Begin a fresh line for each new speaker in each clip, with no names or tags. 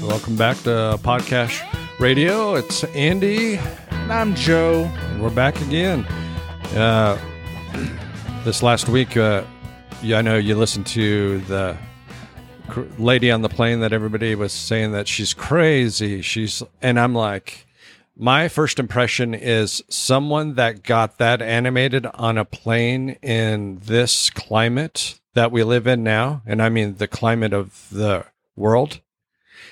Welcome back to Podcast Radio. It's Andy,
And I'm Joe.
and we're back again. Uh, this last week, uh, yeah, I know you listened to the cr- lady on the plane that everybody was saying that she's crazy. She's, and I'm like, my first impression is someone that got that animated on a plane in this climate that we live in now, and I mean the climate of the world,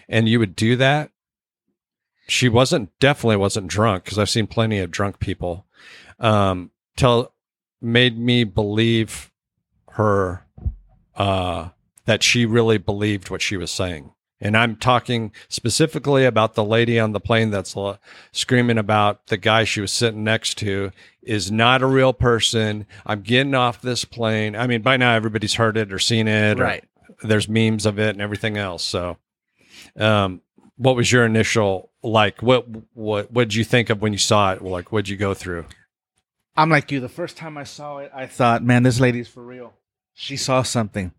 and you would do that. She wasn't definitely wasn't drunk because I've seen plenty of drunk people. Um, tell made me believe her uh, that she really believed what she was saying. And I'm talking specifically about the lady on the plane that's l- screaming about the guy she was sitting next to is not a real person. I'm getting off this plane. I mean, by now everybody's heard it or seen it. or
Right.
there's memes of it and everything else. So, um, what was your initial like? What what what did you think of when you saw it? Like, what'd you go through?
I'm like you. The first time I saw it, I thought, man, this lady's for real. She saw something.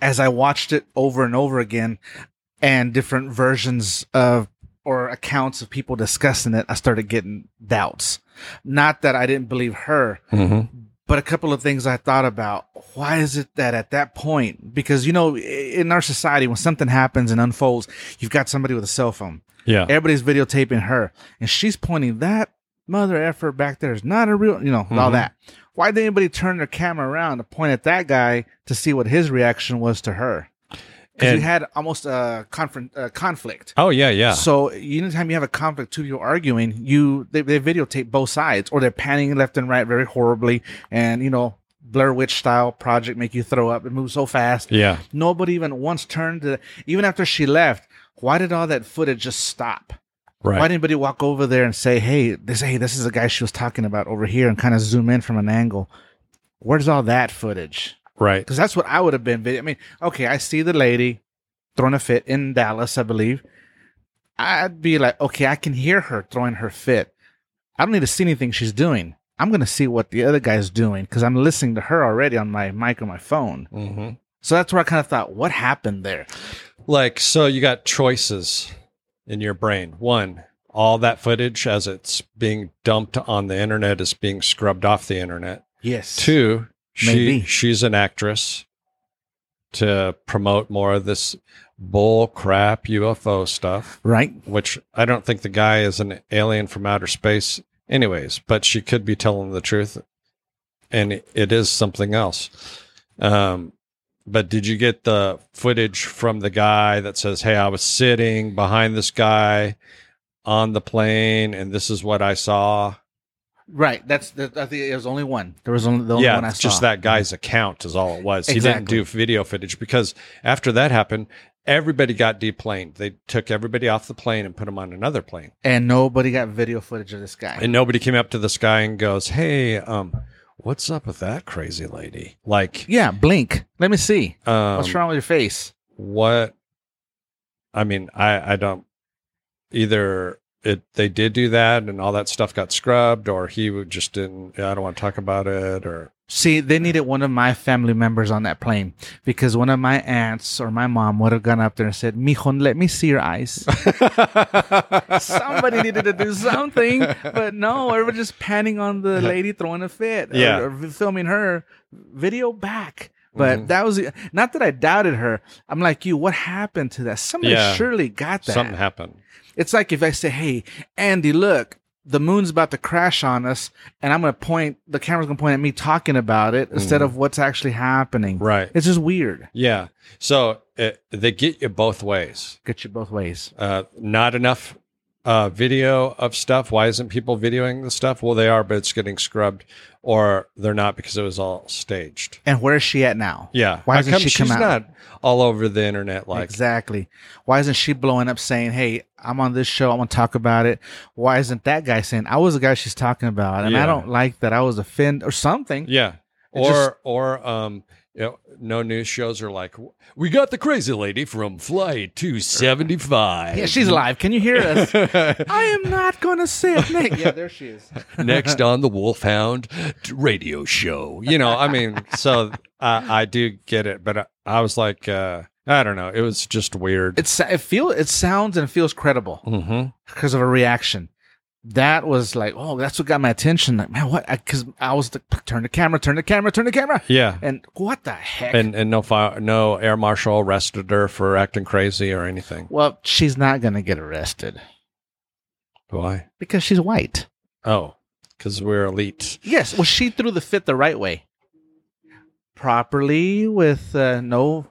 As I watched it over and over again and different versions of or accounts of people discussing it, I started getting doubts. Not that I didn't believe her,
Mm-hmm.
but a couple of things I thought about. Why is it that at that point, because you know, i- in our society, when something happens and unfolds, you've got somebody with a cell phone.
Yeah.
Everybody's videotaping her, and she's pointing that mother effer back there is not a real, you know, all
Mhm.
that. Why did anybody turn their camera around to point at that guy to see what his reaction was to her? Because
And-
you had almost a confront, uh, conflict.
oh yeah, yeah.
So anytime you have a conflict, two people arguing, you they, they videotape both sides, or they're panning left and right very horribly, and you know Blair Witch style project make you throw up. It moves so fast.
yeah.
Nobody even once turned to even after she left. Why did all that footage just stop?
Right.
Why did anybody walk over there and say, "Hey, this hey, this is the guy she was talking about over here," and kind of zoom in from an angle? Where's all that footage?
right.
Because that's what I would have been. vid- I mean, okay, I see the lady throwing a fit in Dallas, I believe. I'd be like, okay, I can hear her throwing her fit. I don't need to see anything she's doing. I'm gonna see what the other guy's doing because I'm listening to her already on my mic or my phone.
Mm-hmm.
So that's where I kind of thought, what happened there?
Like, so you got choices in your brain. One, all that footage as it's being dumped on the internet is being scrubbed off the internet.
Yes.
Two, she,
Maybe.
she's an actress to promote more of this bull crap UFO stuff,
Right.
which I don't think the guy is an alien from outer space, anyways, but she could be telling the truth and it is something else. Um, but did you get the footage from the guy that says, "Hey, I was sitting behind this guy on the plane, and this is what I saw"?
Right. That's the, I think it was only one. There was only the only
yeah,
one I
it's
saw. Mm-hmm.
just that guy's account is all it was.
Exactly.
He didn't do video footage because after that happened, everybody got deplaned. They took everybody off the plane and put them on another plane,
And nobody got video footage of this guy.
and nobody came up to this guy and goes, "Hey, um, what's up with that crazy lady?" Like,
yeah, blink. Let me see.
um,
What's wrong with your face?
what i mean i i don't either it they did do that and all that stuff got scrubbed or he would just didn't i don't want to talk about it or
See, they needed one of my family members on that plane because one of my aunts or my mom would have gone up there and said, Mijon, let me see your eyes. Somebody needed to do something, but no, they were just panning on the lady throwing a fit or-
Yeah.
or, filming her video back. But
Mhm.
that was not that I doubted her. I'm like, you, what happened to that? Somebody
Yeah.
surely got that.
something happened
It's like if I say, "Hey, Andy, look, the moon's about to crash on us," and I'm going to point the camera's going to point at me talking about it instead of what's actually happening.
right
It's just weird.
yeah so it, they get you both ways
Get you both ways.
uh not enough uh video of stuff why isn't people videoing the stuff well they are but it's getting scrubbed or they're not because it was all staged
And where is she at now?
yeah
Why
How
doesn't
come
she come
she's
out?
not all over the internet like
exactly. Why isn't she blowing up saying, "Hey, I'm on this show. I'm going to talk about it." Why isn't that guy saying, "I was the guy she's talking about, and
Yeah.
I don't like that. I was offended or something."
Yeah.
It
Or
just-
or um you know, no news shows are like we got the crazy lady from flight 275.
Yeah, she's alive. Can you hear us? I am not going to sit. Nick. Yeah, there she is.
next on the Wolfhound radio show. You know, I mean, so I I do get it, but I, I was like uh I don't know. It was just weird.
It's it feel it sounds and feels credible
hmm
because of a reaction. That was like, oh, that's what got my attention. Like, man, what? Because I, was the turn the camera, turn the camera, turn the camera,
Yeah.
and what the heck?
And and no fire, no air marshal arrested her for acting crazy or anything.
well, she's not gonna get arrested
Why?
because she's white.
Oh, because we're elite.
Yes, well, she threw the fit the right way, properly with uh, no,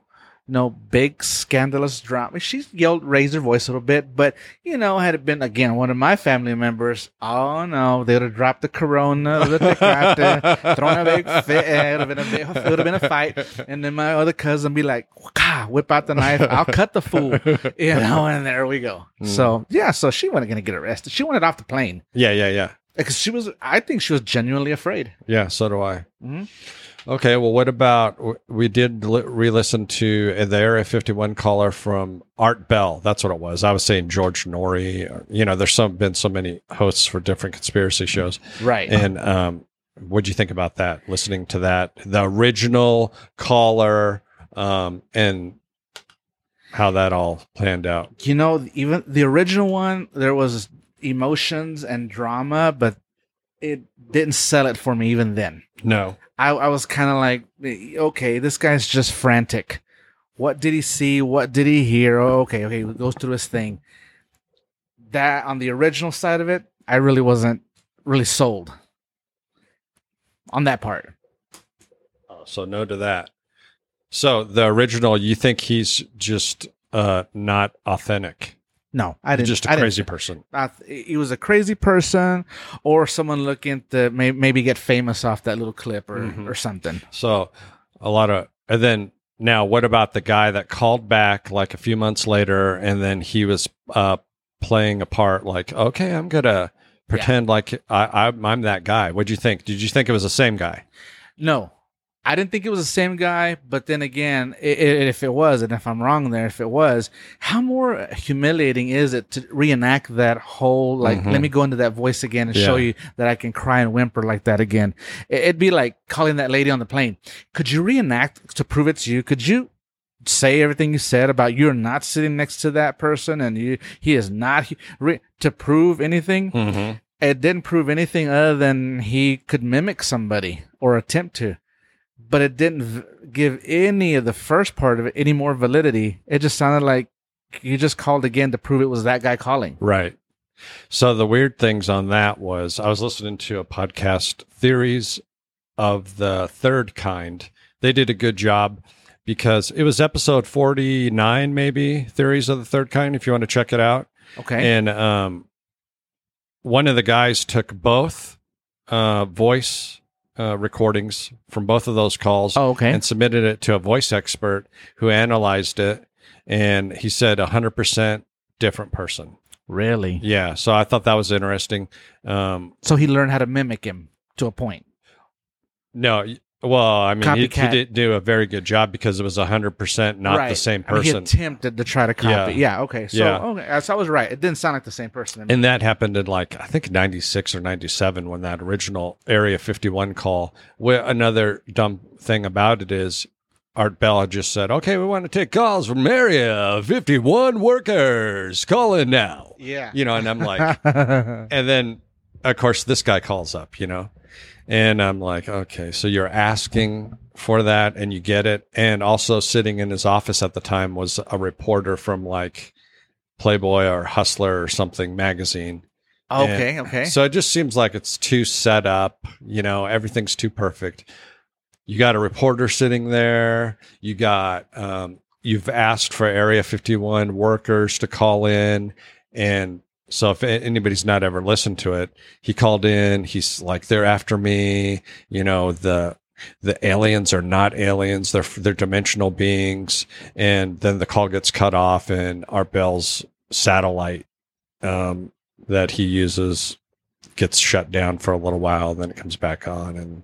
no big scandalous drama. She yelled, raised her voice a little bit, but you know, had it been again one of my family members, oh no, they'd have dropped the Corona, the Tecate, thrown uh, a big fit, uh, and it would have been a, big- it would have been a fight. And then my other cousin be like, "Waka," whip out the knife, I'll cut the fool, you know, and there we go.
Mm.
So yeah, so she wasn't gonna get arrested. She wanted off the plane
Yeah, yeah, yeah,
because she was, I think she was genuinely afraid.
yeah. So do I.
Mhm.
Okay. Well, what about w- we did li- re-listen to the Area 51 caller from Art Bell. That's what it was. I was saying George Norrie. Or, you know, there's some been so many hosts for different conspiracy shows.
Right.
And um, what'd you think about that? Listening to that, the original caller, um, and how that all planned out.
you know, even the original one, there was emotions and drama, but it didn't sell it for me even then.
No.
I, I was kind of like, okay, this guy's just frantic. What did he see? What did he hear? Oh, okay, okay, he goes through his thing. That on the original side of it, I really wasn't really sold on that part.
Oh, so no to that. So the original, you think he's just uh, not authentic?
No, I didn't.
just
I
a
didn't-
crazy person.
I th- he was a crazy person or someone looking to may- maybe get famous off that little clip or,
Mhm.
or something.
So a lot of, and then now what about the guy that called back like a few months later, and then he was uh, playing a part like, okay, I'm gonna pretend like I, I, I'm that guy. What'd you think? Did you think it was the same guy?
No, I didn't think it was the same guy, but then again, i i if it was, and if I'm wrong there, if it was, how more humiliating is it to reenact that whole like,
Mhm.
let me go into that voice again and show
Yeah.
you that I can cry and whimper like that again? I- It'd be like calling that lady on the plane. Could you reenact to prove it to you? Could you? Say everything you said about you're not sitting next to that person and you he is not he- re- to prove anything
Mm-hmm.
it didn't prove anything other than he could mimic somebody or attempt to but it didn't v- give any of the first part of it any more validity it just sounded like you just called again to prove it was that guy calling
Right. So the weird things on that was I was listening to a podcast, Theories of the Third Kind. They did a good job because it was episode 49 maybe, Theories of the Third Kind if you want to check it out.
okay
And um one of the guys took both uh voice uh recordings from both of those calls
oh okay
and submitted it to a voice expert who analyzed it and he said 100% different person.
really
Yeah, so I thought that was interesting. Um,
so he learned how to mimic him to a point
no, y- well, I mean, he, he
Copycat.
did do a very good job because it was hundred percent not the
Right.
same
I mean,
person,
he attempted to try to copy yeah, okay so
Yeah.
okay Uh, so i was right it didn't sound like the same person
and that happened in like I think ninety six or ninety seven when that original Area fifty one call. Where another dumb thing about it is. Art Bell had just said, "Okay, we want to take calls from area 51 workers. Call in now."
yeah
You know, and I'm like, and then of course this guy calls up you know and i'm like okay so you're asking for that and you get it and also sitting in his office at the time was a reporter from like playboy or hustler or something magazine
okay okay
so it just seems like it's too set up you know everything's too perfect you got a reporter sitting there you got um, you've asked for area 51 workers to call in and so if a- anybody's not ever listened to it, he called in, he's like, they're after me, you know, the, the aliens are not aliens. They're, they're dimensional beings. And then the call gets cut off and our Bell's satellite, um, that he uses gets shut down for a little while. then it comes back on. And,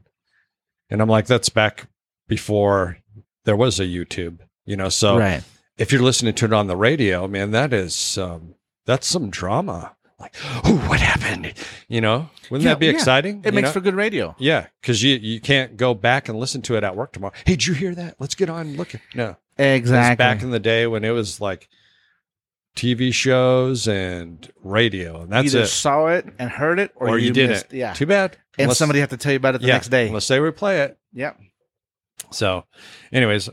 and I'm like, that's back before there was a YouTube, you know, so
right
if you're listening to it on the radio, man, that is um, that's some drama. Like, oh, what happened? You know, wouldn't
Yeah,
that be
yeah.
exciting?
it
You
makes
know?
for good radio
yeah, because you you can't go back and listen to it at work tomorrow. Hey, did you hear that? Let's get on and look. at- No, Because
Exactly.
Back in the day when it was like TV shows and radio, and that's
either
it.
saw it and heard it, or,
Or you, didn't.
missed- Yeah.
Too bad.
and
Unless-
somebody had to tell you about it the
yeah,
next day.
Unless they replay it.
Yep.
So, anyways,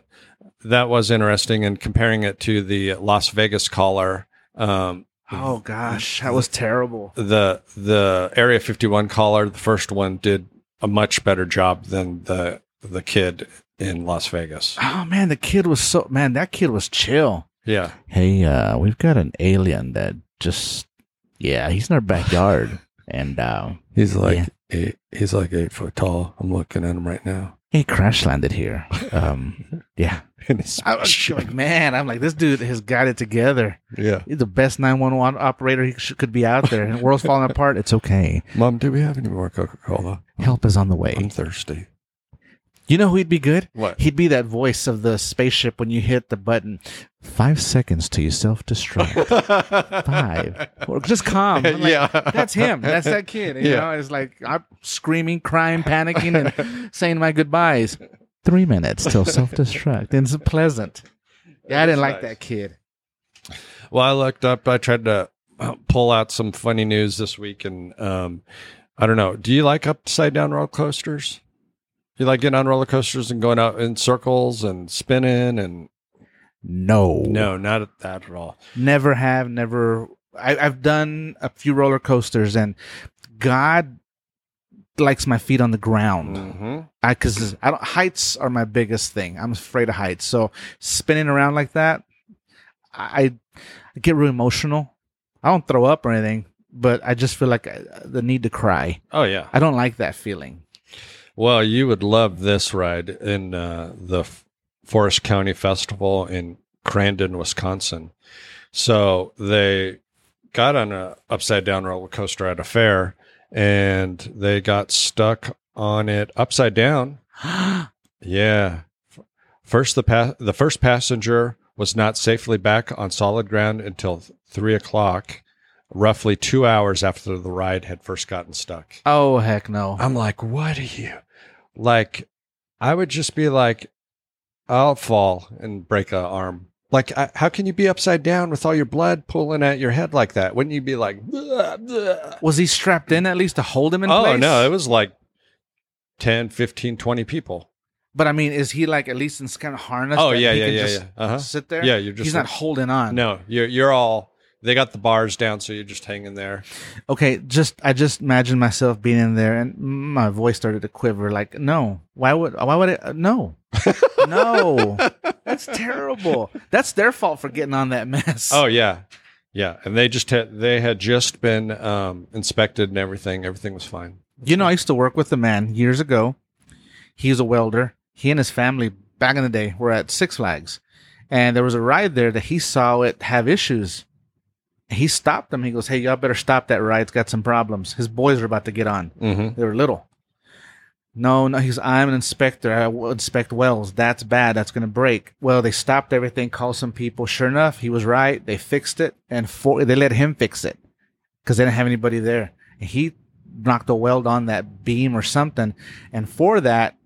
that was interesting. And comparing it to the Las Vegas caller, um,
Oh gosh, that was terrible.
the the Area 51 caller, the first one, did a much better job than the the kid in Las Vegas.
Oh man, the kid was so man. That kid was chill.
Yeah,
Hey, uh, we've got an alien that just, yeah, he's in our backyard. and, uh,
he's
like
eight, he's like eight foot tall. I'm looking at him right now.
he crash landed here. Um, yeah.
And he's
I was like, man, I'm like, this dude has got it together.
yeah,
He's the best 911 operator he sh- could be out there. And the world's falling apart. It's
It's okay.
mom, do we have any more Coca Cola?
Help is on the way.
thirsty.
you know who he'd be good.
What?
He'd be that voice of the spaceship when you hit the button.
Five seconds to you self destruct.
Five.
Five.
Or just calm. I'm like,
yeah,
That's him. That's that kid. You
Yeah.
know, it's like I'm screaming, crying, panicking, and saying my goodbyes.
Three minutes till self destruct.
Then it's pleasant. Yeah,
That
I didn't
is
like
nice.
that kid.
Well, I looked up. I tried to uh, pull out some funny news this week, and um, I don't know. Do you like upside down roller coasters? You like getting on roller coasters and going out in circles and spinning and
No.
no, not at that at all.
Never have, never. I, I've done a few roller coasters, and God likes my feet on the ground.
Mm-hmm.
I because I don't heights are my biggest thing. I'm afraid of heights, so spinning around like that, I, I get real emotional. I don't throw up or anything, but I just feel like I, the need to cry.
Oh yeah.
I don't like that feeling.
Well, you would love this ride in uh, the F- Forest County Festival in Crandon, Wisconsin. So they got on a upside down roller coaster at a fair, and they got stuck on it upside down. Yeah. F- First, the pa- the first passenger was not safely back on solid ground until th- three o'clock, roughly two hours after the ride had first gotten stuck.
oh heck no!
I'm like, what are you? Like, I would just be like, I'll fall and break a arm. Like, I, how can you be upside down with all your blood pooling at your head like that? Wouldn't you be like, "Bleh, bleh."
Was he strapped in at least to hold him in
oh,
place?
no, it was like 10, 15, 20 people.
But I mean, is he like at least in some kind of harness?
Oh,
that
yeah,
he
yeah,
can
yeah,
just
yeah. Uh-huh.
Sit there.
Yeah, you're just
he's not holding on.
no, you're, you're all, they got the bars down, so you're just hanging there.
Okay, just I just imagine myself being in there, and my voice started to quiver. Like, no, why would why would it? uh, No, no, that's terrible. That's their fault for getting on that mess.
Oh yeah, yeah. And they just had, they had just been um, inspected and everything. Everything was fine.
You know, I used to work with a man years ago. He was a welder. He and his family, back in the day, were at Six Flags. And there was a ride there that he saw it have issues. He stopped them. He goes, Hey, y'all better stop that ride. It's got some problems. His boys are about to get on.
Mm-hmm.
They were little. No, no, he's, I'm an inspector. I will inspect wells. That's bad. That's going to break. Well, they stopped everything, called some people. Sure enough, he was right. They fixed it and for, they let him fix it because they didn't have anybody there. And he knocked a weld on that beam or something. And for that,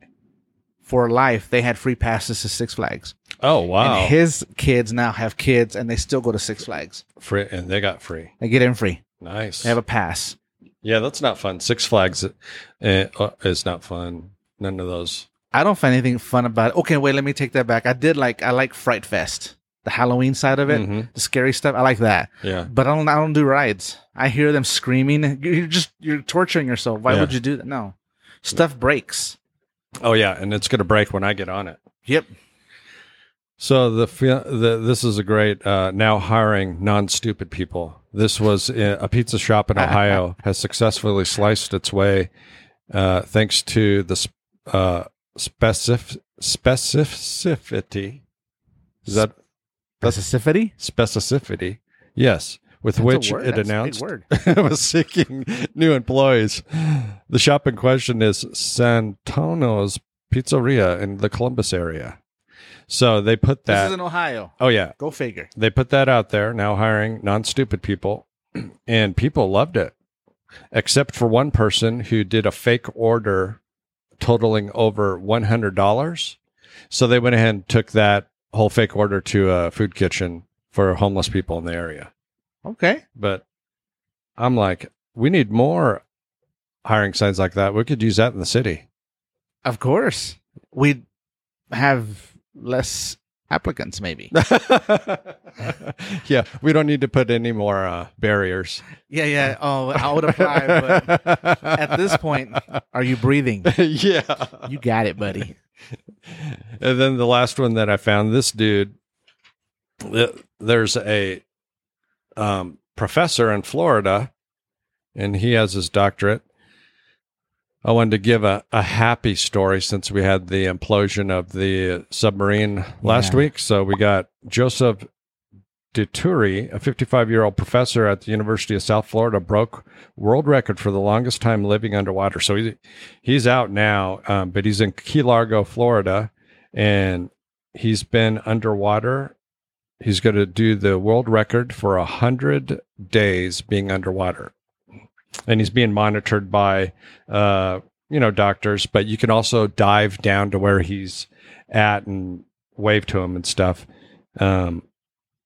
for life, they had free passes to Six Flags.
Oh wow.
And his kids now have kids and they still go to Six Flags.
free, and they got free.
They get in free.
Nice.
They have a pass.
yeah, that's not fun. Six Flags uh, uh, is not fun. None of those.
I don't find anything fun about it. Okay, wait, let me take that back. I did like I like Fright Fest, the Halloween side of it,
Mhm.
the scary stuff. I like that,
Yeah.
but I don't. I don't do rides. I hear them screaming. You're just you're torturing yourself. Why
Yeah.
would you do that? No, stuff breaks.
Oh yeah, and it's gonna break when I get on it.
Yep.
So the, fia- the this is a great uh, now hiring non stupid people. This was uh, a pizza shop in Ohio has successfully sliced its way uh, thanks to the sp- uh, specif- specificity. Is that
Specificity.
specificity? Yes, with which it announced
word.
was seeking new employees. The shop in question is Santano's Pizzeria in the Columbus area. So they put
This
that.
is in Ohio.
oh yeah,
Go figure.
they put that out there. Now hiring non-stupid people, and people loved it, except for one person who did a fake order totaling over one hundred dollars. So they went ahead and took that whole fake order to a food kitchen for homeless people in the area.
Okay.
But I'm like, we need more hiring signs like that. We could use that in the city.
Of course. We'd have less applicants, maybe.
yeah, we don't need to put any more uh, barriers.
yeah, yeah. Oh, I would apply, but at this point- are you breathing?
yeah.
You got it, buddy.
and then the last one that I found this dude, th- there's a um, professor in Florida, and he has his doctorate. I wanted to give a, a happy story since we had the implosion of the submarine last
Yeah.
week. So we got Joseph Deturi, a 55 year old professor at the University of South Florida, broke world record for the longest time living underwater. So he, he's out now, um, but he's in Key Largo, Florida, and he's been underwater. He's going to do the world record for 100 days being underwater. And he's being monitored by, uh, you know, doctors, but you can also dive down to where he's at and wave to him and stuff. Um,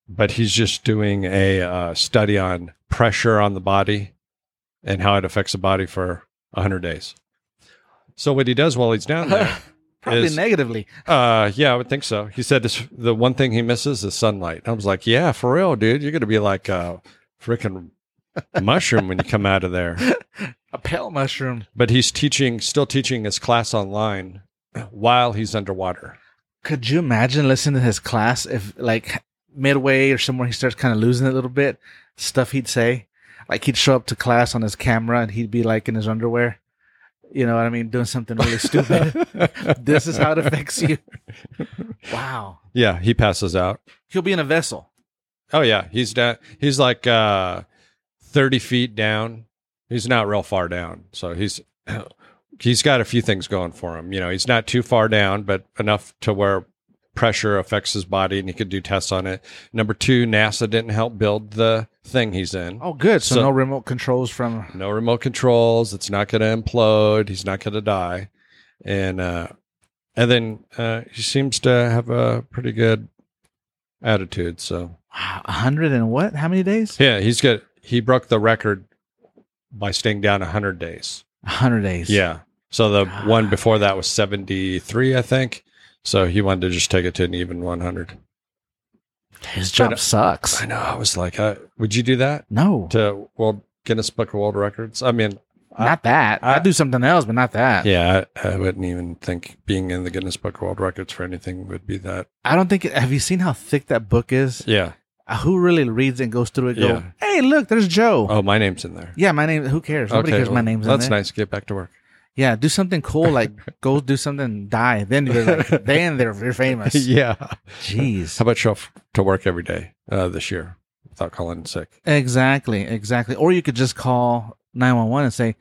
but he's just doing a uh, study on pressure on the body and how it affects the body for 100 days. So, what he does while he's down there
Probably
Is-
negatively.
uh, yeah, I would think so. He said this, the one thing he misses is sunlight. I was like, yeah, for real, dude. You're gonna be like a freaking mushroom when you come out of there.
A pale mushroom.
But he's teaching, still teaching his class online while he's underwater.
Could you imagine listening to his class if, like, midway or somewhere he starts kind of losing it a little bit? Stuff he'd say. Like, he'd show up to class on his camera and he'd be, like, in his underwear. You know what I mean? Doing something really stupid. this is how it affects you. Wow.
yeah, he passes out.
He'll be in a vessel.
Oh yeah, he's down. He's like uh, thirty feet down. He's not real far down, so he's he's got a few things going for him. You know, he's not too far down, but enough to where pressure affects his body, and he could do tests on it. Number two, NASA didn't help build the thing he's in.
Oh, good. So,
So-
no remote controls from.
No remote controls. It's not going to implode. He's not going to die, and uh, and then uh, he seems to have a pretty good attitude. So
Wow, a hundred and what? How many days?
Yeah, he's got he broke the record by staying down 100 days.
A hundred days.
Yeah. So the
God.
one before that was 73, I think. So he wanted to just take it to an even 100.
His job
But- uh,
sucks.
I know. I was like, uh, would you do that
No,
to World Guinness Book of World Records? I mean, I-
not that.
I-
I, do something else, but not that.
yeah, I, I wouldn't even think being in the Guinness Book of World Records for anything would be that.
I don't think. It, have you seen how thick that book is?
Yeah.
Uh, Who really reads and goes through it? Go.
Yeah.
Hey, look, there's Joe.
Oh, my name's in there.
Yeah, my name. Who cares? Nobody cares. my
well,
name's
That's
in there.
nice. Get back to work.
Yeah, do something cool. Like go do something, and die. Then you're like, then they're you're famous.
yeah. How
Jeez.
about show up to work every day uh, this year without calling in sick?
Exactly. Exactly. Or you could just call nine one one and say,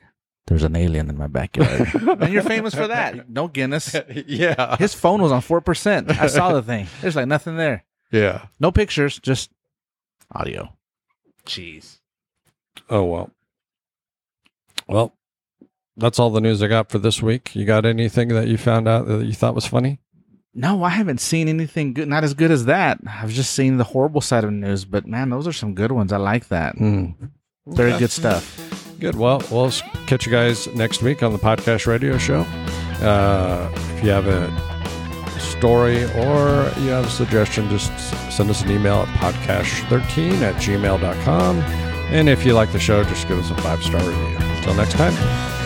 There's an alien in my backyard.
and you're famous for that. No Guinness.
yeah.
His phone was on four percent. I saw the thing. There's like nothing there.
Yeah.
No pictures. Just
Audio.
jeez.
Oh well. Well, that's all the news I got for this week. You got anything that you found out that you thought was funny?
No, I haven't seen anything good. Not as good as that. I've just seen the horrible side of the news. But man, those are some good ones. I like that.
Mm. Hmm.
Very good stuff.
Good. Well, we'll s- catch you guys next week on the podcast radio show. Uh, if you have a story or you have a suggestion, just s- send us an email at podcast13 at gmail.com. And if you like the show, just give us a five star review. Till next time.